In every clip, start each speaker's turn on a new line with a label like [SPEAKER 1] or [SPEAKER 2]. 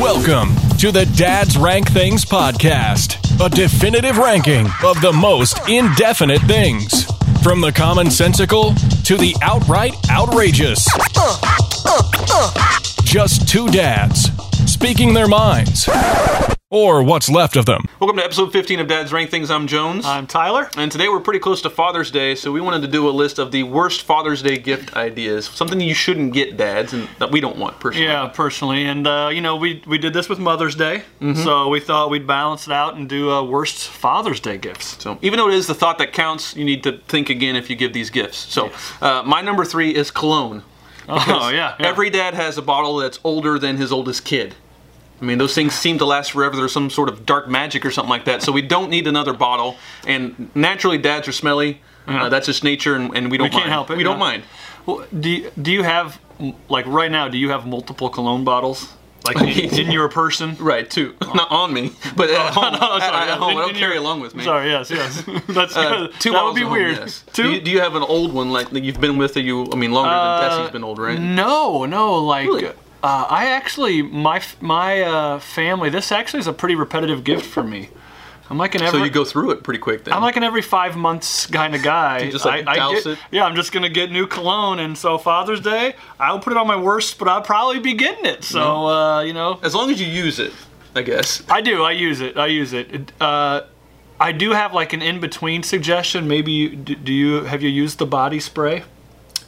[SPEAKER 1] Welcome to the Dad's Rank Things podcast, a definitive ranking of the most indefinite things. From the commonsensical to the outright outrageous. Just two dads speaking their minds, or what's left of them.
[SPEAKER 2] Welcome to episode 15 of Dad's Rank Things. I'm Jones.
[SPEAKER 3] I'm Tyler.
[SPEAKER 2] and today we're pretty close to Father's Day, so we wanted to do a list of the worst Father's Day gift ideas. Something you shouldn't get, dads, and that we don't want personally.
[SPEAKER 3] Yeah, personally, and uh, you know we we did this with Mother's Day,
[SPEAKER 2] Mm-hmm.
[SPEAKER 3] so we thought we'd balance it out and do uh, worst Father's Day gifts.
[SPEAKER 2] So even though it is the thought that counts, you need to think again if you give these gifts. So uh, my number three is cologne.
[SPEAKER 3] Oh yeah, yeah.
[SPEAKER 2] Every dad has a bottle that's older than his oldest kid. I mean, those things seem to last forever. There's some sort of dark magic or something like that. So we don't need another bottle. And naturally, dads are smelly. Uh, that's just nature, and, and we don't
[SPEAKER 3] We can't
[SPEAKER 2] mind.
[SPEAKER 3] help it,
[SPEAKER 2] We don't
[SPEAKER 3] yeah.
[SPEAKER 2] mind.
[SPEAKER 3] Well, do you, do you have m- like right now? Do you have multiple cologne bottles like in, in your person?
[SPEAKER 2] Right, two. Not on me, but at home.
[SPEAKER 3] Oh,
[SPEAKER 2] I- I- at home, I
[SPEAKER 3] in-
[SPEAKER 2] don't
[SPEAKER 3] in
[SPEAKER 2] carry
[SPEAKER 3] your-
[SPEAKER 2] along with me.
[SPEAKER 3] Sorry, yes, yes. That's
[SPEAKER 2] Uh, two
[SPEAKER 3] that
[SPEAKER 2] bottles
[SPEAKER 3] would be
[SPEAKER 2] at home,
[SPEAKER 3] weird.
[SPEAKER 2] yes.
[SPEAKER 3] Two. Uh,
[SPEAKER 2] Do you, do you have an old one like that you've been with that you? I mean, longer than Tessie's been old, right?
[SPEAKER 3] No, no, like
[SPEAKER 2] Really?
[SPEAKER 3] uh, I actually my f- my uh, family. This actually is a pretty repetitive gift for me. I'm like an
[SPEAKER 2] so
[SPEAKER 3] ever.
[SPEAKER 2] you go through it pretty quick then.
[SPEAKER 3] I'm like an every five months kind of guy.
[SPEAKER 2] You just, like, douse
[SPEAKER 3] get-
[SPEAKER 2] it?
[SPEAKER 3] Yeah, I'm just gonna get new cologne, and so Father's Day, I'll put it on my worst, but I'll probably be getting it. So
[SPEAKER 2] Mm-hmm.
[SPEAKER 3] uh, you know,
[SPEAKER 2] as long as you use it, I guess.
[SPEAKER 3] I do. I use it. I use it. It, Uh, I do have like an in between suggestion. Maybe you, do, do you have you used the body spray?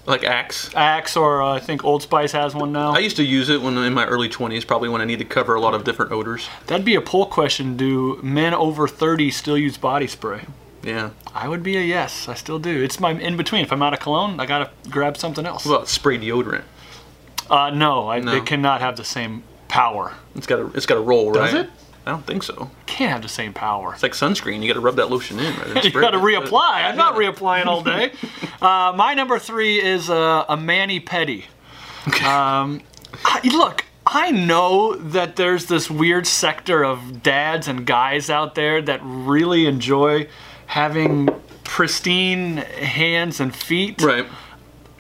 [SPEAKER 2] Like Axe.
[SPEAKER 3] Axe or uh, I think Old Spice has one now.
[SPEAKER 2] I used to use it when in my early 20s, probably when I need to cover a lot of different odors.
[SPEAKER 3] That'd be a poll question. Do men over 30 still use body spray?
[SPEAKER 2] Yeah.
[SPEAKER 3] I would be a yes. I still do. It's my in between. If I'm out of cologne, I gotta grab something else.
[SPEAKER 2] What about spray deodorant?
[SPEAKER 3] Uh, no, I, they
[SPEAKER 2] No.
[SPEAKER 3] cannot have the same power.
[SPEAKER 2] It's got a it's got a roll, right?
[SPEAKER 3] Does it?
[SPEAKER 2] I don't think so.
[SPEAKER 3] Can't have the same power.
[SPEAKER 2] It's like sunscreen. You got to rub that lotion in. Right?
[SPEAKER 3] You gotta reapply. I'm not reapplying all day. Uh, my number three is uh, a mani pedi. Um, I, look, I know that there's this weird sector of dads and guys out there that really enjoy having pristine hands and feet.
[SPEAKER 2] Right.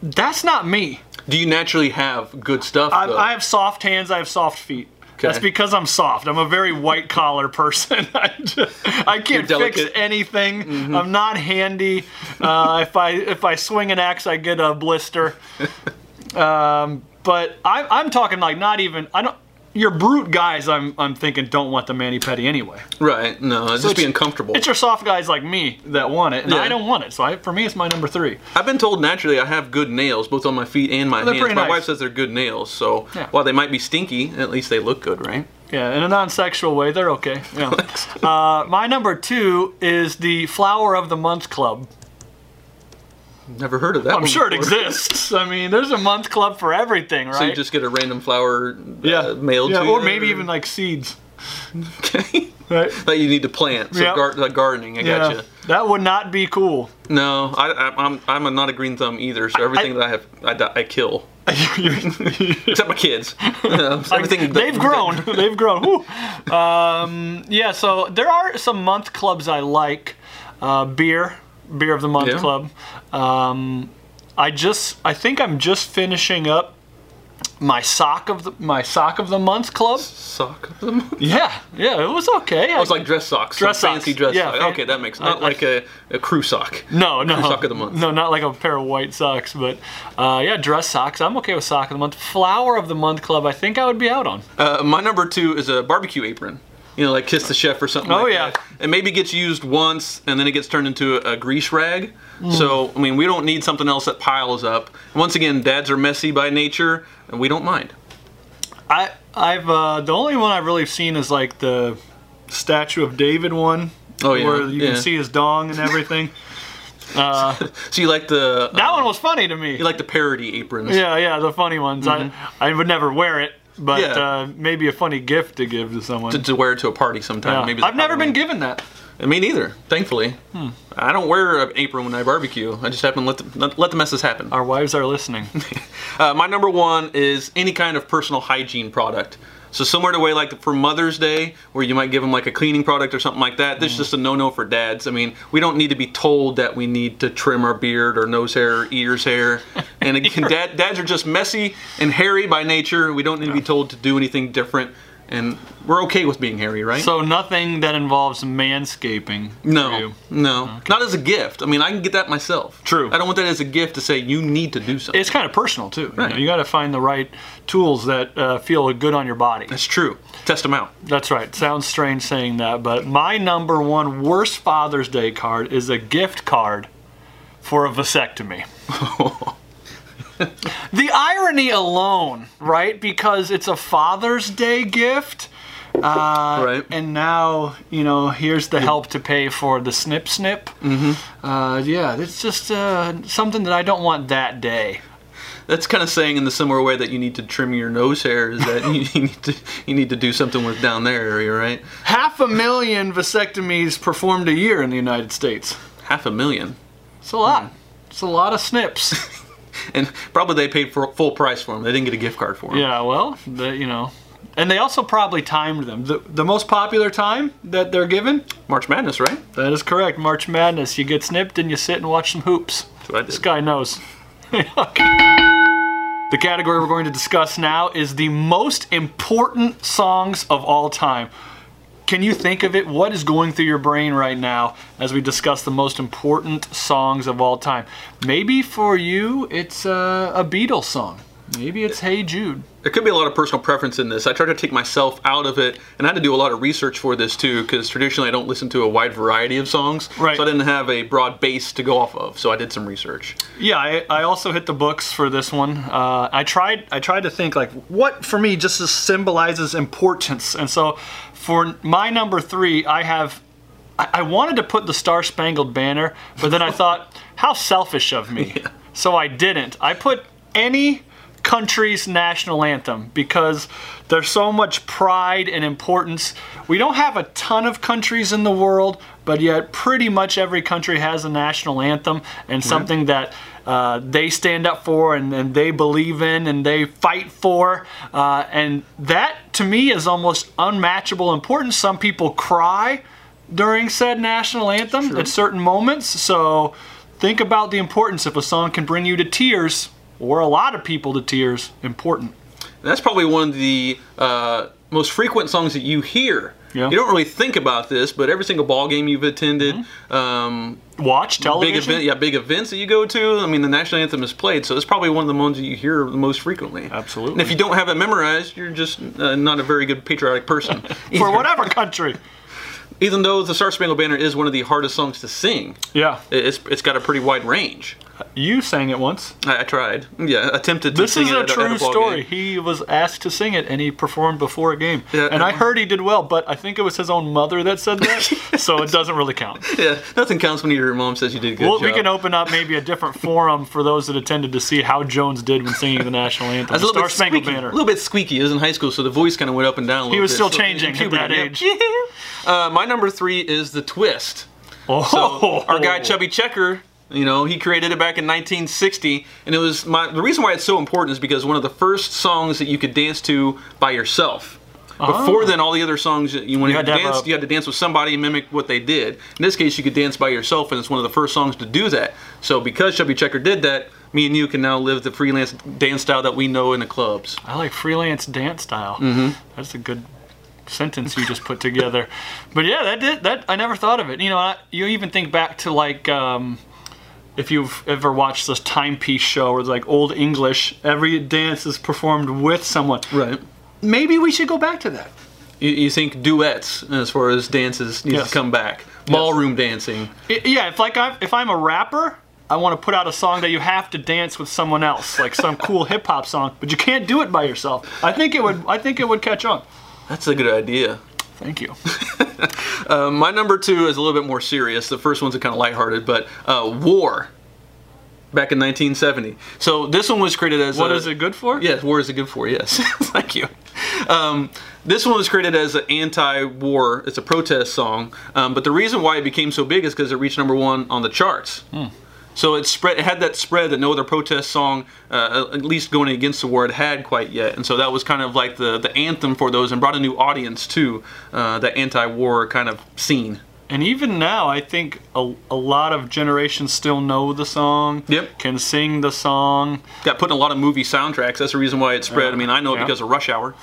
[SPEAKER 3] That's not me.
[SPEAKER 2] Do you naturally have good stuff?
[SPEAKER 3] I,
[SPEAKER 2] though?
[SPEAKER 3] I have soft hands. I have soft feet. That's
[SPEAKER 2] Okay.
[SPEAKER 3] because I'm soft. I'm a very white collar person. I, just, I can't
[SPEAKER 2] You're
[SPEAKER 3] fix
[SPEAKER 2] delicate. Mm-hmm.
[SPEAKER 3] anything. I'm not handy. Uh, if I if I swing an axe, I get a blister. Um, but I, I'm talking like not even. I don't. Your brute guys, I'm I'm thinking don't want the mani pedi anyway.
[SPEAKER 2] Right. No, it's just
[SPEAKER 3] it's-
[SPEAKER 2] being comfortable.
[SPEAKER 3] It's your soft guys like me that want it, and
[SPEAKER 2] Yeah.
[SPEAKER 3] I don't want it. So I, for me, it's my number three.
[SPEAKER 2] I've been told naturally I have good nails, both on my feet and my
[SPEAKER 3] they're
[SPEAKER 2] hands.
[SPEAKER 3] pretty
[SPEAKER 2] My
[SPEAKER 3] nice.
[SPEAKER 2] wife says they're good nails, so
[SPEAKER 3] Yeah.
[SPEAKER 2] while they might be stinky, at least they look good, right?
[SPEAKER 3] Yeah, in a non-sexual way, they're okay. Yeah. uh, my number two is the Flower of the Month Club.
[SPEAKER 2] Never heard of that.
[SPEAKER 3] I'm sure it exists. I mean, there's a month club for everything, right?
[SPEAKER 2] So you just get a random flower uh, mailed
[SPEAKER 3] yeah,
[SPEAKER 2] to you,
[SPEAKER 3] or maybe even like seeds,
[SPEAKER 2] okay.
[SPEAKER 3] right?
[SPEAKER 2] that you need to plant. So
[SPEAKER 3] Yep.
[SPEAKER 2] gar- like gardening, I
[SPEAKER 3] Yeah,
[SPEAKER 2] gotcha.
[SPEAKER 3] that would not be cool.
[SPEAKER 2] No, I, I, I'm I'm a- not a green thumb either. So everything that I have, I, di- I kill, except my kids. Um, everything
[SPEAKER 3] They've
[SPEAKER 2] that-
[SPEAKER 3] grown. They've grown. Whew. Um, yeah, so there are some month clubs I like. Uh, beer, beer of the month
[SPEAKER 2] Yeah.
[SPEAKER 3] club. Um, I just, I think I'm just finishing up my sock of the my sock of the month club.
[SPEAKER 2] sock of them.
[SPEAKER 3] Yeah, yeah, it was okay. I
[SPEAKER 2] It's like dress socks. some
[SPEAKER 3] Dress socks.
[SPEAKER 2] Fancy dress
[SPEAKER 3] Yeah,
[SPEAKER 2] sock.
[SPEAKER 3] fan-
[SPEAKER 2] okay, that makes not
[SPEAKER 3] I- I-
[SPEAKER 2] like a, a crew sock.
[SPEAKER 3] No, no.
[SPEAKER 2] sock of the month.
[SPEAKER 3] No, not like a pair of white socks, but uh, yeah, dress socks. I'm okay with sock of the month. Flower of the month club. I think I would be out on.
[SPEAKER 2] Uh, my number two is a barbecue apron. You know, like kiss the chef or something.
[SPEAKER 3] Oh,
[SPEAKER 2] like
[SPEAKER 3] yeah.
[SPEAKER 2] that. It maybe gets used once and then it gets turned into a, a grease rag.
[SPEAKER 3] Mm.
[SPEAKER 2] So I mean, we don't need something else that piles up. Once again, dads are messy by nature, and we don't mind.
[SPEAKER 3] I I've uh, the only one I've really seen is like the statue of David one.
[SPEAKER 2] Oh, yeah,
[SPEAKER 3] Where you
[SPEAKER 2] yeah.
[SPEAKER 3] can see his dong and everything.
[SPEAKER 2] So you like the uh,
[SPEAKER 3] that one was funny to me.
[SPEAKER 2] you like the parody aprons?
[SPEAKER 3] yeah, yeah, the funny ones. I I would never wear it, but
[SPEAKER 2] Yeah.
[SPEAKER 3] uh, maybe a funny gift to give to someone.
[SPEAKER 2] To, to wear to a party sometime.
[SPEAKER 3] Yeah.
[SPEAKER 2] Maybe it's
[SPEAKER 3] I've never been Hmm.
[SPEAKER 2] Halloween.
[SPEAKER 3] given that.
[SPEAKER 2] Me neither. Thankfully, I don't wear an apron when I barbecue. I just happen to let the, let, let the messes happen.
[SPEAKER 3] Our wives are listening.
[SPEAKER 2] Uh, my number one is any kind of personal hygiene product. So somewhere to way like for Mother's Day, where you might give them like a cleaning product or something like that.
[SPEAKER 3] Mm.
[SPEAKER 2] This is just a no-no for dads. I mean, we don't need to be told that we need to trim our beard or nose hair or ears hair. And again, dad, dads are just messy and hairy by nature. We don't need to be told to do anything different. and we're okay with being hairy, right?
[SPEAKER 3] So nothing that involves manscaping. for
[SPEAKER 2] no,
[SPEAKER 3] you.
[SPEAKER 2] no, not as a gift. I mean, I can get that myself.
[SPEAKER 3] True.
[SPEAKER 2] I don't want that as a gift to say you need to do something.
[SPEAKER 3] It's kind of personal too. You,
[SPEAKER 2] Right.
[SPEAKER 3] know, you got to find the right tools that uh, feel good on your body.
[SPEAKER 2] That's true. Test them out.
[SPEAKER 3] That's right. Sounds strange saying that, but my number one worst Father's Day card is a gift card for a vasectomy. Uh, the irony alone, right? Because it's a Father's Day gift,
[SPEAKER 2] right.
[SPEAKER 3] and now, you know, here's the help to pay for the snip snip. Mm-hmm. Uh, yeah, it's just uh, something that I don't want that day.
[SPEAKER 2] That's kind of saying in the similar way that you need to trim your nose hair is that you you need to you need to do something with down there area, right?
[SPEAKER 3] Half a million vasectomies performed a year in the United States.
[SPEAKER 2] Half a million,
[SPEAKER 3] It's a lot. It's a lot of snips.
[SPEAKER 2] and probably they paid for full price for them. They didn't get a gift card for them.
[SPEAKER 3] Yeah, well, the, you know, and they also probably timed them. The, the most popular time that they're given.
[SPEAKER 2] March Madness, right?
[SPEAKER 3] That is correct. March Madness. You get snipped and you sit and watch some hoops.
[SPEAKER 2] That's what I did.
[SPEAKER 3] This guy knows. The category we're going to discuss now is the most important songs of all time. Can you think of it? What is going through your brain right now as we discuss the most important songs of all time? Maybe for you, it's uh, a Beatles song. Maybe it's Hey Jude.
[SPEAKER 2] There could be a lot of personal preference in this. I tried to take myself out of it, and I had to do a lot of research for this too, because traditionally I don't listen to a wide variety of songs,
[SPEAKER 3] Right.
[SPEAKER 2] so I didn't have a broad base to go off of. So I did some research.
[SPEAKER 3] Yeah, I, I also hit the books for this one. Uh, I tried I tried to think like what for me just is- symbolizes importance, and so for my number three, I have I, I wanted to put the Star Spangled Banner, but then I thought how selfish of me, so I didn't. I put any country's national anthem because there's so much pride and importance. We don't have a ton of countries in the world, but yet pretty much every country has a national anthem and something that uh, they stand up for and, and they believe in and they fight for. Uh, and that to me is almost unmatchable importance. Some people cry during said national anthem at certain moments. So think about the importance if a song can bring you to tears or a lot of people to tears. Important.
[SPEAKER 2] And that's probably one of the uh, most frequent songs that you hear.
[SPEAKER 3] Yeah.
[SPEAKER 2] You don't really think about this, but every single ball game you've attended, um,
[SPEAKER 3] Watch
[SPEAKER 2] big
[SPEAKER 3] Mm-hmm. television.
[SPEAKER 2] event, yeah, big events that you go to. I mean, the national anthem is played, so it's probably one of the ones that you hear the most frequently.
[SPEAKER 3] Absolutely.
[SPEAKER 2] And if you don't have it memorized, you're just uh, not a very good patriotic person. E-,
[SPEAKER 3] For whatever country.
[SPEAKER 2] Even though the Star Spangled Banner is one of the hardest songs to sing,
[SPEAKER 3] Yeah.
[SPEAKER 2] it- it's it's got a pretty wide range.
[SPEAKER 3] You sang it once.
[SPEAKER 2] I, I tried. Yeah, attempted to
[SPEAKER 3] This
[SPEAKER 2] sing
[SPEAKER 3] is
[SPEAKER 2] it
[SPEAKER 3] a
[SPEAKER 2] at at
[SPEAKER 3] true
[SPEAKER 2] ball
[SPEAKER 3] story.
[SPEAKER 2] game.
[SPEAKER 3] He was asked to sing it and he performed before a game.
[SPEAKER 2] Yeah,
[SPEAKER 3] and I
[SPEAKER 2] and-
[SPEAKER 3] heard he did well, but I think it was his own mother that said that, so it doesn't really count.
[SPEAKER 2] Yeah, nothing counts when your mom says you did a good.
[SPEAKER 3] Well, we
[SPEAKER 2] job.
[SPEAKER 3] can open up maybe a different forum for those that attended to see how Jones did when singing the national anthem.
[SPEAKER 2] That's
[SPEAKER 3] the
[SPEAKER 2] a little
[SPEAKER 3] Star
[SPEAKER 2] bit
[SPEAKER 3] Spangled
[SPEAKER 2] squeaky.
[SPEAKER 3] Banner.
[SPEAKER 2] A little bit squeaky. It was in high school, so the voice kind of went up and down. A little
[SPEAKER 3] He was
[SPEAKER 2] bit.
[SPEAKER 3] still
[SPEAKER 2] So-
[SPEAKER 3] changing
[SPEAKER 2] in
[SPEAKER 3] at that age.
[SPEAKER 2] yeah. Uh, my number three is the twist.
[SPEAKER 3] Oh,
[SPEAKER 2] So our guy Chubby Checker, you know, he created it back in 1960, and it was my the reason why it's so important is because one of the first songs that you could dance to by yourself. Before then, all the other songs that you when you,
[SPEAKER 3] Ah. had
[SPEAKER 2] had to
[SPEAKER 3] to have
[SPEAKER 2] dance,
[SPEAKER 3] a-
[SPEAKER 2] you had to dance with somebody and mimic what they did. In this case, you could dance by yourself, and it's one of the first songs to do that. So because Chubby Checker did that, me and you can now live the freelance dance style that we know in the clubs.
[SPEAKER 3] I like freelance dance style. That's a good sentence you just put together. But yeah, that did that. I never thought of it. You know, I, you even think back to like. Um, if you've ever watched this timepiece show where it's like old English, every dance is performed with someone.
[SPEAKER 2] Right.
[SPEAKER 3] Maybe we should go back to that.
[SPEAKER 2] You, you think duets as far as dances needs
[SPEAKER 3] Yes.
[SPEAKER 2] to come back. Ballroom dancing.
[SPEAKER 3] I- yeah, if like I if I'm a rapper, I want to put out a song that you have to dance with someone else, like some cool hip hop song, but you can't do it by yourself. I think it would I think it would catch on.
[SPEAKER 2] That's a good idea.
[SPEAKER 3] Thank you.
[SPEAKER 2] Um, my number two is a little bit more serious. The first one's kind of lighthearted, but uh, War. Back in 1970. So this one was created as
[SPEAKER 3] What
[SPEAKER 2] a,
[SPEAKER 3] is it good for?
[SPEAKER 2] Yes, war is it good for? Yes, thank you. Um, this one was created as an anti-war. It's a protest song, um, but the reason why it became so big is because it reached number one on the charts.
[SPEAKER 3] Hmm.
[SPEAKER 2] So it spread. It had that spread that no other protest song, uh, at least going against the war, it had quite yet. And so that was kind of like the the anthem for those, and brought a new audience to uh, the anti-war kind of scene.
[SPEAKER 3] And even now, I think a, a lot of generations still know the song.
[SPEAKER 2] Yep.
[SPEAKER 3] Can sing the song.
[SPEAKER 2] Got put in a lot of movie soundtracks. That's the reason why it spread. I mean, I know it
[SPEAKER 3] Yeah.
[SPEAKER 2] because of Rush Hour.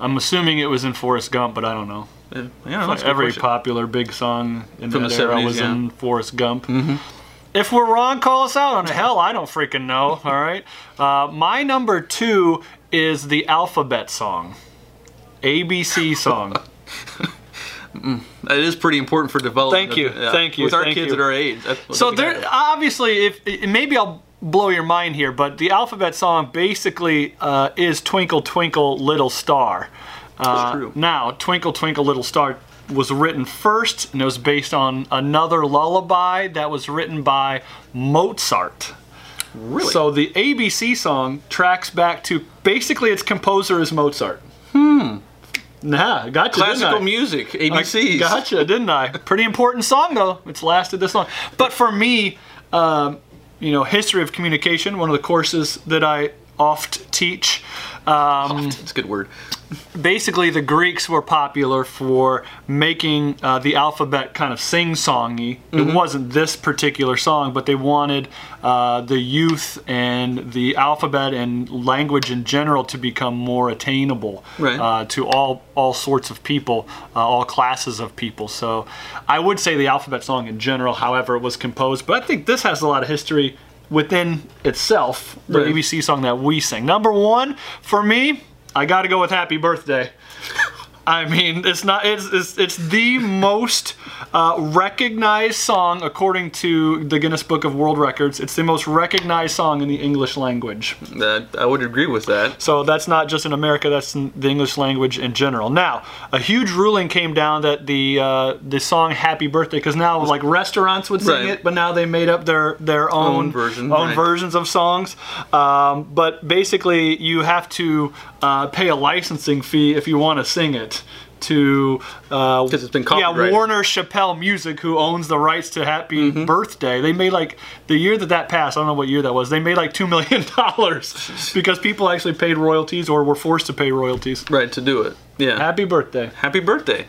[SPEAKER 3] I'm assuming it was in Forrest Gump, but I don't know.
[SPEAKER 2] Uh, Yeah, that's a good
[SPEAKER 3] Every
[SPEAKER 2] question.
[SPEAKER 3] popular big song in
[SPEAKER 2] From
[SPEAKER 3] that
[SPEAKER 2] the
[SPEAKER 3] era
[SPEAKER 2] 70s,
[SPEAKER 3] was
[SPEAKER 2] yeah. Mm-hmm.
[SPEAKER 3] in Forrest Gump. If we're wrong, call us out on it. Hell, I don't freaking know. All right. Uh, my number two is the alphabet song, ABC song.
[SPEAKER 2] It is pretty important for development.
[SPEAKER 3] Thank you,
[SPEAKER 2] Yeah.
[SPEAKER 3] thank you,
[SPEAKER 2] With our
[SPEAKER 3] thank
[SPEAKER 2] kids
[SPEAKER 3] you.
[SPEAKER 2] at our age. that's-
[SPEAKER 3] so
[SPEAKER 2] we got
[SPEAKER 3] there,
[SPEAKER 2] it.
[SPEAKER 3] obviously, if maybe I'll blow your mind here, but the alphabet song basically uh, is "Twinkle Twinkle Little Star." Uh,
[SPEAKER 2] true.
[SPEAKER 3] Now, "Twinkle Twinkle Little Star" was written first, and it was based on another lullaby that was written by Mozart.
[SPEAKER 2] really.
[SPEAKER 3] So the ABC song tracks back to basically its composer is Mozart. Hmm. Nah, gotcha.
[SPEAKER 2] classical
[SPEAKER 3] didn't I?
[SPEAKER 2] music,
[SPEAKER 3] I
[SPEAKER 2] ABCs.
[SPEAKER 3] Gotcha, didn't I? Pretty important song though. It's lasted this long. But for me, um, you know, history of communication, one of the courses that I oft teach. Um,
[SPEAKER 2] It's a good word.
[SPEAKER 3] basically, the Greeks were popular for making uh, the alphabet kind of sing-songy. It wasn't this particular song, but they wanted uh, the youth and the alphabet and language in general to become more attainable
[SPEAKER 2] Right.
[SPEAKER 3] uh, to all all sorts of people, uh, all classes of people. So, I would say the alphabet song in general, however, it was composed. But I think this has a lot of history within itself. The
[SPEAKER 2] Right.
[SPEAKER 3] ABC song that we sing. Number one for me, I got to go with "Happy Birthday." I mean, it's not. It's it's, it's the most uh, recognized song according to the Guinness Book of World Records. It's the most recognized song in the English language.
[SPEAKER 2] That I would agree with that.
[SPEAKER 3] So that's not just in America, that's in the English language in general. Now, a huge ruling came down that the uh, the song Happy Birthday, because now like restaurants would sing
[SPEAKER 2] Right.
[SPEAKER 3] it, but now they made up their, their own,
[SPEAKER 2] Own version,
[SPEAKER 3] own
[SPEAKER 2] right.
[SPEAKER 3] versions of songs. Um, but basically, you have to uh, pay a licensing fee if you want to sing it. To uh,
[SPEAKER 2] 'Cause it's been
[SPEAKER 3] yeah
[SPEAKER 2] copyrighted.
[SPEAKER 3] Warner Chappell Music, who owns the rights to Happy
[SPEAKER 2] Mm-hmm.
[SPEAKER 3] Birthday, they made like the year that that passed. I don't know what year that was. They made like two million dollars because people actually paid royalties or were forced to pay royalties.
[SPEAKER 2] Right to do it. Yeah.
[SPEAKER 3] Happy birthday!
[SPEAKER 2] Happy birthday.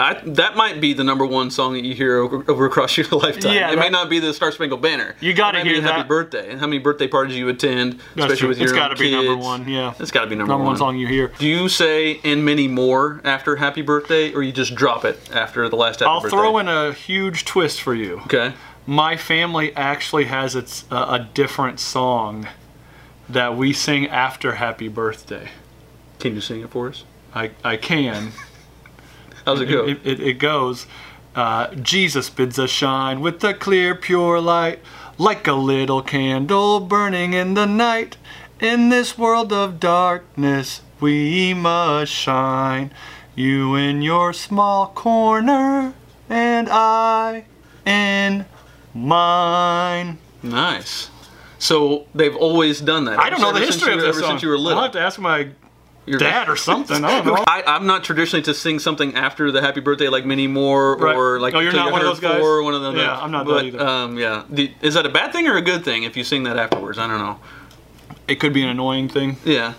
[SPEAKER 2] I, that might be the number one song that you hear over, over across your lifetime.
[SPEAKER 3] Yeah,
[SPEAKER 2] it may
[SPEAKER 3] that-
[SPEAKER 2] not be the Star Spangled Banner.
[SPEAKER 3] You gotta
[SPEAKER 2] It might be
[SPEAKER 3] hear
[SPEAKER 2] Happy
[SPEAKER 3] that.
[SPEAKER 2] birthday and how many birthday parties you attend,
[SPEAKER 3] That's
[SPEAKER 2] especially
[SPEAKER 3] true.
[SPEAKER 2] with your
[SPEAKER 3] It's
[SPEAKER 2] own
[SPEAKER 3] gotta be number
[SPEAKER 2] kids.
[SPEAKER 3] one, yeah.
[SPEAKER 2] it's got to be number,
[SPEAKER 3] Number one song you hear.
[SPEAKER 2] Do you say "and many more" after Happy Birthday, or you just drop it after the last Happy
[SPEAKER 3] I'll
[SPEAKER 2] Birthday?
[SPEAKER 3] throw in a huge twist for you.
[SPEAKER 2] Okay.
[SPEAKER 3] My family actually has its uh, a different song that we sing after Happy Birthday.
[SPEAKER 2] Can you sing it for us?
[SPEAKER 3] I I can.
[SPEAKER 2] How's it go?
[SPEAKER 3] It, it, it goes, uh, Jesus bids us shine with a clear, pure light, like a little candle burning in the night. In this world of darkness, we must shine. You in your small corner, and I in mine.
[SPEAKER 2] nice. So they've always done that.
[SPEAKER 3] I don't know
[SPEAKER 2] Ever
[SPEAKER 3] the
[SPEAKER 2] since
[SPEAKER 3] history
[SPEAKER 2] you-
[SPEAKER 3] of this
[SPEAKER 2] ever
[SPEAKER 3] song.
[SPEAKER 2] since you were little.
[SPEAKER 3] I'll have to ask my
[SPEAKER 2] Your-
[SPEAKER 3] dad or something. I don't know.
[SPEAKER 2] I, I'm not traditionally to sing something after the happy birthday, like many more,
[SPEAKER 3] Right.
[SPEAKER 2] or like
[SPEAKER 3] Oh, you're
[SPEAKER 2] Till
[SPEAKER 3] not one of those guys?
[SPEAKER 2] 104, one of them.
[SPEAKER 3] Yeah, I'm not that
[SPEAKER 2] but,
[SPEAKER 3] either.
[SPEAKER 2] Um, yeah, The- is that a bad thing or a good thing if you sing that afterwards? I don't know.
[SPEAKER 3] It could be an annoying thing.
[SPEAKER 2] Yeah,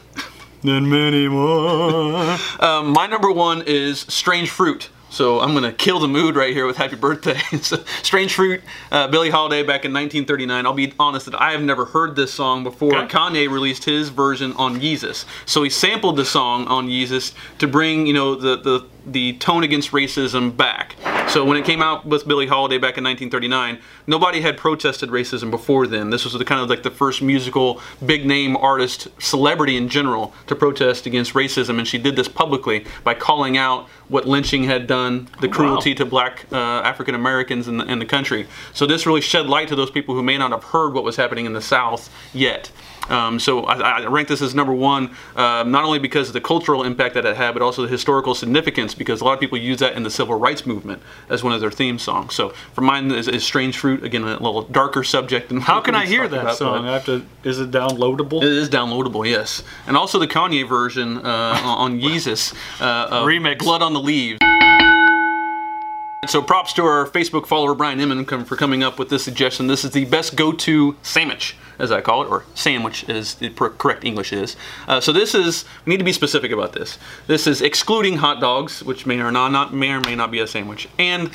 [SPEAKER 3] Then many more.
[SPEAKER 2] um, my number one is Strange Fruit. So I'm gonna kill the mood right here with Happy Birthday. So, Strange Fruit, uh, Billie Holiday back in 1939. I'll be honest that I have never heard this song before.
[SPEAKER 3] Okay.
[SPEAKER 2] Kanye released his version on Yeezus. So he sampled the song on Yeezus to bring, you know, the the the tone against racism back. So when it came out with Billie Holiday back in 1939, nobody had protested racism before then. This was the kind of like the first musical big name artist celebrity in general to protest against racism and she did this publicly by calling out what lynching had done, the cruelty to black uh, African Americans in the, in the country. So this really shed light to those people who may not have heard what was happening in the South yet. Um, so I, I rank this as number one, um, not only because of the cultural impact that it had, but also the historical significance, because a lot of people use that in the civil rights movement as one of their theme songs. So for mine is, is "Strange Fruit," again a little darker subject. Than
[SPEAKER 3] How can I
[SPEAKER 2] we
[SPEAKER 3] hear
[SPEAKER 2] talked
[SPEAKER 3] that
[SPEAKER 2] about,
[SPEAKER 3] song?
[SPEAKER 2] but-
[SPEAKER 3] I have to. Is it downloadable?
[SPEAKER 2] it is downloadable, yes, and also the Kanye version uh, on Yeezus uh, of
[SPEAKER 3] Remix.
[SPEAKER 2] "Blood on the Leaves." So props to our Facebook follower Brian Emmon com- for coming up with this suggestion. This is the best go-to sandwich, as I call it, or sandwich is the pr- correct English is. Uh, so this is we need to be specific about this. This is excluding hot dogs, which may or not, not may or may not be a sandwich, and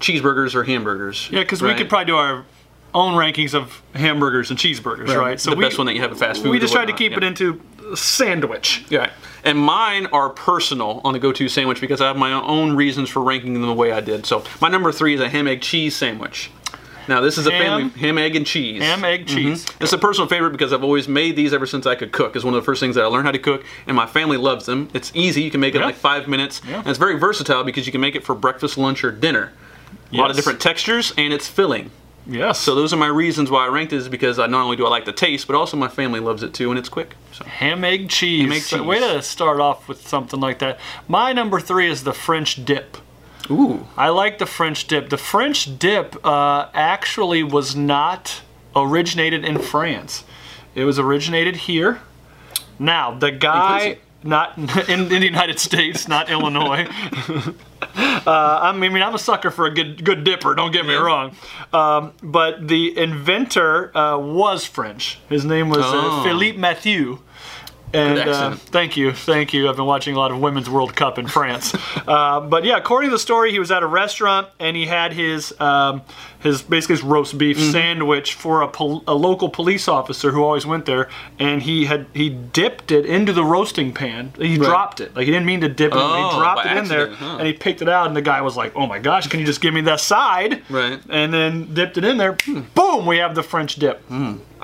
[SPEAKER 2] cheeseburgers or hamburgers.
[SPEAKER 3] Yeah, because we
[SPEAKER 2] right?
[SPEAKER 3] could probably do our own rankings of hamburgers and cheeseburgers, right?
[SPEAKER 2] The best one that you have at fast food
[SPEAKER 3] We
[SPEAKER 2] or
[SPEAKER 3] just tried to
[SPEAKER 2] whatnot,
[SPEAKER 3] keep it
[SPEAKER 2] yeah.
[SPEAKER 3] into sandwich.
[SPEAKER 2] Yeah. And mine are personal on the go-to sandwich because I have my own reasons for ranking them the way I did. So my number three is a ham egg cheese sandwich. Now this is a
[SPEAKER 3] Ham-
[SPEAKER 2] family ham egg and cheese.
[SPEAKER 3] Ham, egg, cheese.
[SPEAKER 2] It's a personal favorite because I've always made these ever since I could cook. It's one of the first things that I learned how to cook, and my family loves them. It's easy; you can make it in
[SPEAKER 3] Yeah.
[SPEAKER 2] like five minutes,
[SPEAKER 3] Yeah.
[SPEAKER 2] and it's very versatile because you can make it for breakfast, lunch, or dinner. A lot of
[SPEAKER 3] Yes.
[SPEAKER 2] different textures, and it's filling.
[SPEAKER 3] Yes.
[SPEAKER 2] So those are my reasons why I ranked it is because I not only do I like the taste, but also my family loves it too, and it's quick. So
[SPEAKER 3] ham, egg, cheese.
[SPEAKER 2] egg,
[SPEAKER 3] So
[SPEAKER 2] cheese.
[SPEAKER 3] Way to start off with something like that. My number three is the French dip.
[SPEAKER 2] ooh,
[SPEAKER 3] I like the French dip. The French dip uh, actually was not originated in France. It was originated here. Now the guy,
[SPEAKER 2] Kentucky.
[SPEAKER 3] not in, in the United States, not Illinois. uh, I mean, I'm a sucker for a good good dipper. Don't get me wrong. Um, but the inventor uh, was French. His name was
[SPEAKER 2] Oh.
[SPEAKER 3] uh, Philippe Mathieu. And
[SPEAKER 2] Good
[SPEAKER 3] uh,
[SPEAKER 2] accent.
[SPEAKER 3] thank you, thank you. I've been watching a lot of Women's World Cup in France. uh, but yeah, according to the story, he was at a restaurant and he had his um, his basically his roast beef
[SPEAKER 2] Mm-hmm.
[SPEAKER 3] sandwich for a, pol- a local police officer who always went there, and he had he dipped it into the roasting pan. He dropped it like he didn't mean to dip it.
[SPEAKER 2] Oh,
[SPEAKER 3] he dropped
[SPEAKER 2] by
[SPEAKER 3] it in there
[SPEAKER 2] accident, huh.
[SPEAKER 3] and he picked it out, and the guy was like, "Oh my gosh, can you just give me that side?"
[SPEAKER 2] Right. Hmm.
[SPEAKER 3] And then dipped it in there. Boom! We have the French dip.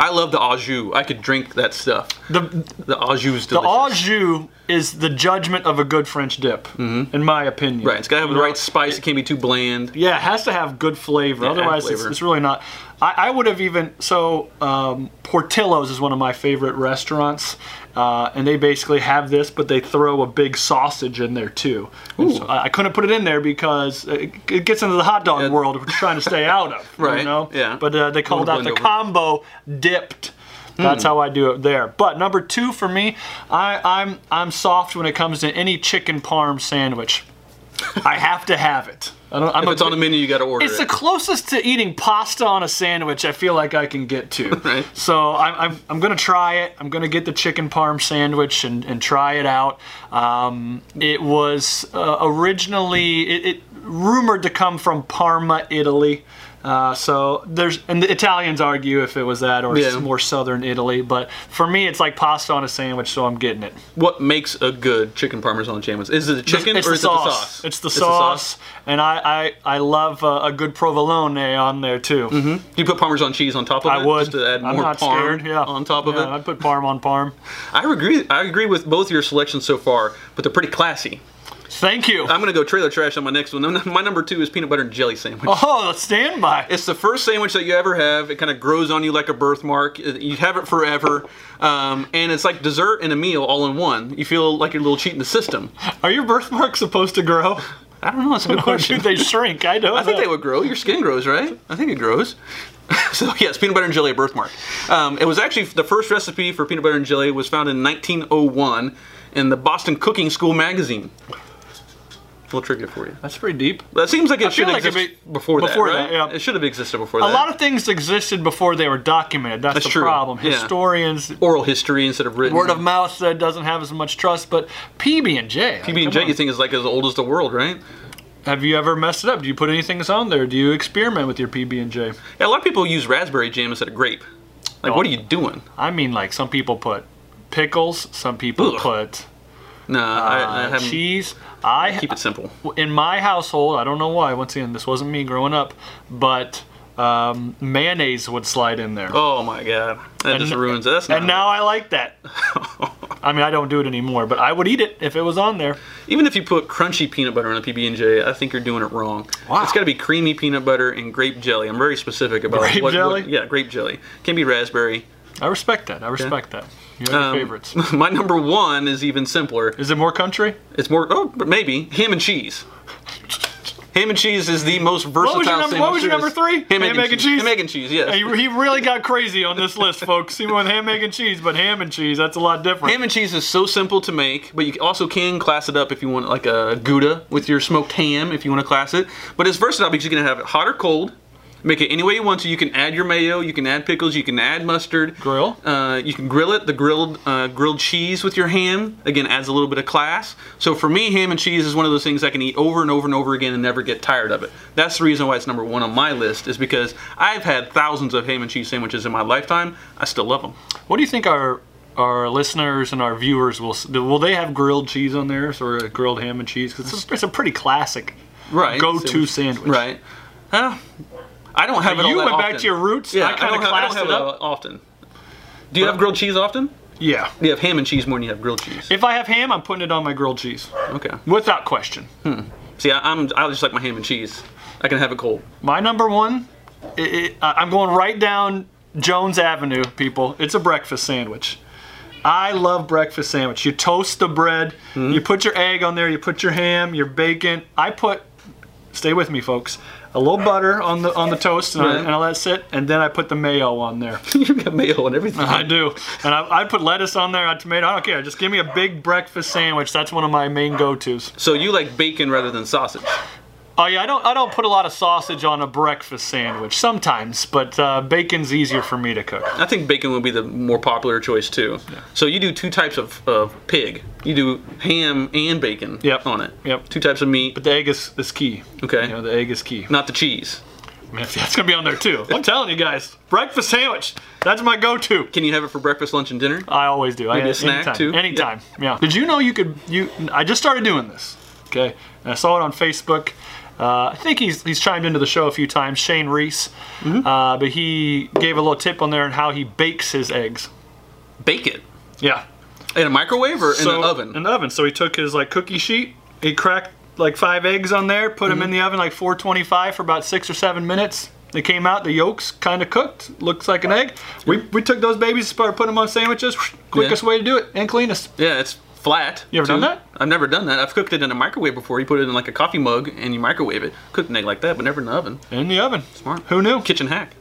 [SPEAKER 2] I love the au jus. I could drink that stuff.
[SPEAKER 3] The
[SPEAKER 2] The au jus is
[SPEAKER 3] The au
[SPEAKER 2] delicious.
[SPEAKER 3] jus is the judgment of a good French dip, in my opinion.
[SPEAKER 2] Mm-hmm. Right, it's gotta have the
[SPEAKER 3] You
[SPEAKER 2] right
[SPEAKER 3] know,
[SPEAKER 2] spice. It can't be too bland.
[SPEAKER 3] Yeah, it has to have good flavor.
[SPEAKER 2] Yeah, add
[SPEAKER 3] Otherwise, It's,
[SPEAKER 2] flavor.
[SPEAKER 3] it's really not. I, I would have even so. Um, Portillo's is one of my favorite restaurants, uh, and they basically have this, but they throw a big sausage in there too. And so I, I couldn't put it in there because it, it gets into the hot dog
[SPEAKER 2] Yeah.
[SPEAKER 3] world, which we're trying to stay out of.
[SPEAKER 2] Right,
[SPEAKER 3] You know?
[SPEAKER 2] yeah.
[SPEAKER 3] But uh, they called out
[SPEAKER 2] blend
[SPEAKER 3] the
[SPEAKER 2] over. Hmm.
[SPEAKER 3] combo dipped. That's how I do it there. But number two for me, I, I'm I'm soft when it comes to any chicken parm sandwich. I have to have it. I don't, I'm
[SPEAKER 2] If it's
[SPEAKER 3] a,
[SPEAKER 2] on the menu, you gotta order
[SPEAKER 3] It's
[SPEAKER 2] it.
[SPEAKER 3] the closest to eating pasta on a sandwich I feel like I can get to.
[SPEAKER 2] Right.
[SPEAKER 3] So I'm, I'm, I'm going to try it. I'm going to get the chicken parm sandwich and, and try it out. Um, it was uh, originally it, it rumored to come from Parma, Italy. Uh, so there's and the Italians argue if it was that or
[SPEAKER 2] Yeah.
[SPEAKER 3] it's more southern Italy, but for me it's like pasta on a sandwich, so I'm getting it.
[SPEAKER 2] What makes a good chicken parmesan sandwich? Is it the chicken
[SPEAKER 3] It's
[SPEAKER 2] or
[SPEAKER 3] the
[SPEAKER 2] is
[SPEAKER 3] sauce.
[SPEAKER 2] it the sauce?
[SPEAKER 3] It's the sauce, and I I, I love uh, a good provolone on there too.
[SPEAKER 2] You put parmesan cheese on top of
[SPEAKER 3] I
[SPEAKER 2] it
[SPEAKER 3] would.
[SPEAKER 2] just to add more
[SPEAKER 3] I'm not
[SPEAKER 2] parm
[SPEAKER 3] scared. Yeah.
[SPEAKER 2] on top of
[SPEAKER 3] Yeah,
[SPEAKER 2] it.
[SPEAKER 3] I'd put parm on parm.
[SPEAKER 2] I agree. I agree with both your selections so far, but they're pretty classy.
[SPEAKER 3] Thank you.
[SPEAKER 2] I'm gonna go trailer trash on my next one. My number two is peanut butter and jelly sandwich.
[SPEAKER 3] oh, let's stand by.
[SPEAKER 2] It's the first sandwich that you ever have. It kind of grows on you like a birthmark. It- You have it forever, um, and it's like dessert and a meal all in one. You feel like you're a little cheating the system.
[SPEAKER 3] Are your birthmarks supposed to grow?
[SPEAKER 2] I don't know. That's a good
[SPEAKER 3] Or do
[SPEAKER 2] question.
[SPEAKER 3] they shrink? I don't.
[SPEAKER 2] I think they would grow. Your skin grows, right? I think it grows. so yes, peanut butter and jelly a birthmark. Um, it was actually the first recipe for peanut butter and jelly was found in 1901 in the Boston Cooking School magazine. Little trivia for you.
[SPEAKER 3] That's pretty deep.
[SPEAKER 2] That seems like it should
[SPEAKER 3] feel like
[SPEAKER 2] exist
[SPEAKER 3] it'd be-
[SPEAKER 2] before,
[SPEAKER 3] before
[SPEAKER 2] that,
[SPEAKER 3] that,
[SPEAKER 2] right?
[SPEAKER 3] yeah.
[SPEAKER 2] It should have existed before
[SPEAKER 3] A
[SPEAKER 2] that.
[SPEAKER 3] lot of things existed before they were documented. That's,
[SPEAKER 2] That's
[SPEAKER 3] the
[SPEAKER 2] true.
[SPEAKER 3] problem.
[SPEAKER 2] Yeah.
[SPEAKER 3] Historians.
[SPEAKER 2] oral history instead of written.
[SPEAKER 3] Word of mouth said doesn't have as much trust, but PB and J.
[SPEAKER 2] PB and J, you think is like as old as the world, right?
[SPEAKER 3] Have you ever messed it up? Do you put anything on there? Do you experiment with your PB and J?
[SPEAKER 2] Yeah, a lot of people use raspberry jam instead of grape. Like, what are you doing?
[SPEAKER 3] I mean, like some people put pickles, some people
[SPEAKER 2] Ugh.
[SPEAKER 3] put
[SPEAKER 2] No, I, I
[SPEAKER 3] uh,
[SPEAKER 2] haven't.
[SPEAKER 3] cheese. I
[SPEAKER 2] Keep it simple.
[SPEAKER 3] in my household, I don't know why. Once again, this wasn't me growing up, but um, mayonnaise would slide in there,
[SPEAKER 2] Oh my god, that just ruins it. That's not.
[SPEAKER 3] and now I like that. I mean, I don't do it anymore, but I would eat it if it was on there.
[SPEAKER 2] Even if you put crunchy peanut butter on a PB and J, I think you're doing it wrong.
[SPEAKER 3] Wow.
[SPEAKER 2] It's got to be creamy peanut butter and grape jelly. I'm very specific about
[SPEAKER 3] Grape
[SPEAKER 2] what,
[SPEAKER 3] jelly?
[SPEAKER 2] What, yeah, grape jelly. Can be raspberry.
[SPEAKER 3] I respect that. I respect that. You have
[SPEAKER 2] Um,
[SPEAKER 3] your favorites.
[SPEAKER 2] My number one is even simpler.
[SPEAKER 3] Is it more country?
[SPEAKER 2] It's more. Oh, but maybe ham and cheese. Ham and cheese is the most versatile.
[SPEAKER 3] was your number-
[SPEAKER 2] sandwich
[SPEAKER 3] what was your
[SPEAKER 2] there
[SPEAKER 3] number
[SPEAKER 2] is.
[SPEAKER 3] three?
[SPEAKER 2] Ham, egg, and cheese. Ham, egg, and cheese. Yes.
[SPEAKER 3] Hey, He really got crazy on this list, folks. He went ham, egg, and cheese, but ham and cheese, that's a lot different.
[SPEAKER 2] Ham and cheese is so simple to make, but you also can class it up if you want like a Gouda with your smoked ham if you want to class it. But it's versatile because you can have it hot or cold. Make it any way you want to. You can add your mayo, you can add pickles, you can add mustard.
[SPEAKER 3] Grill.
[SPEAKER 2] Uh, you can grill it. The grilled uh, grilled cheese with your ham again adds a little bit of class. So for me, ham and cheese is one of those things I can eat over and over and over again and never get tired of it. That's the reason why it's number one on my list is because I've had thousands of ham and cheese sandwiches in my lifetime. I still love them.
[SPEAKER 3] What do you think our our listeners and our viewers will s- will they have grilled cheese on theirs or a grilled ham and cheese? 'Cause it's, a- it's a pretty classic.
[SPEAKER 2] right
[SPEAKER 3] go-to sandwich.
[SPEAKER 2] Right. Huh. I don't have it. all
[SPEAKER 3] You
[SPEAKER 2] that
[SPEAKER 3] went back
[SPEAKER 2] often.
[SPEAKER 3] to your roots.
[SPEAKER 2] Yeah,
[SPEAKER 3] I kind
[SPEAKER 2] don't
[SPEAKER 3] of
[SPEAKER 2] have, I don't
[SPEAKER 3] classed
[SPEAKER 2] have
[SPEAKER 3] it up.
[SPEAKER 2] that often. Do you have grilled cheese often?
[SPEAKER 3] Yeah.
[SPEAKER 2] You have ham and cheese more than you have grilled cheese.
[SPEAKER 3] If I have ham, I'm putting it on my grilled cheese
[SPEAKER 2] Okay.
[SPEAKER 3] without question.
[SPEAKER 2] See, I, I'm I just like my ham and cheese. I can have it cold.
[SPEAKER 3] My number one, i i I- I'm going right down Jones Avenue, people. It's a breakfast sandwich. I love breakfast sandwich. You toast the bread, you put your egg on there, you put your ham, your bacon. I put, stay with me, folks, a little butter on the on the toast, and, I,
[SPEAKER 2] Right.
[SPEAKER 3] and I let it sit, and then I put the mayo on there.
[SPEAKER 2] you got mayo and everything.
[SPEAKER 3] I do, and I, I put lettuce on there, I tomato. I don't care. Just give me a big breakfast sandwich. That's one of my main go-tos.
[SPEAKER 2] So you like bacon rather than sausage?
[SPEAKER 3] Oh yeah, I don't I don't put a lot of sausage on a breakfast sandwich sometimes, but uh, bacon's easier for me to cook.
[SPEAKER 2] I think bacon would be the more popular choice too. So you do two types of, of pig. You do ham and bacon
[SPEAKER 3] Yep.
[SPEAKER 2] on it.
[SPEAKER 3] Yep.
[SPEAKER 2] Two types of meat.
[SPEAKER 3] But the egg is, is key.
[SPEAKER 2] Okay.
[SPEAKER 3] You know, the egg is key.
[SPEAKER 2] not the cheese.
[SPEAKER 3] Man, that's gonna be on there too. I'm telling you guys, breakfast sandwich. That's my go-to.
[SPEAKER 2] Can you have it for breakfast, lunch, and dinner?
[SPEAKER 3] I always do. I,
[SPEAKER 2] Maybe a snack,
[SPEAKER 3] anytime,
[SPEAKER 2] too?
[SPEAKER 3] Anytime. Yeah. Did you know you could? You. I just started doing this. Okay. And I saw it on Facebook. Uh, I think he's he's chimed into the show a few times. Shane Reese.
[SPEAKER 2] Mm-hmm.
[SPEAKER 3] Uh, but he gave a little tip on there on how he bakes his eggs.
[SPEAKER 2] Bake it
[SPEAKER 3] Yeah.
[SPEAKER 2] in a microwave or in
[SPEAKER 3] So-
[SPEAKER 2] an oven.
[SPEAKER 3] In the oven. So he took his like cookie sheet. He cracked like five eggs on there, put
[SPEAKER 2] Mm-hmm.
[SPEAKER 3] them in the oven like 425 for about six or seven minutes. They came out. The yolks kind of cooked. Looks like an egg. We, we took those babies, started putting them on sandwiches. Quickest way to do it and cleanest.
[SPEAKER 2] yeah, it's flat.
[SPEAKER 3] You ever done that?
[SPEAKER 2] I've never done that. I've cooked it in a microwave before. You put it in like a coffee mug and you microwave it. Cooked an egg like that, but never in the oven.
[SPEAKER 3] In the oven.
[SPEAKER 2] Smart.
[SPEAKER 3] Who knew?
[SPEAKER 2] Kitchen hack.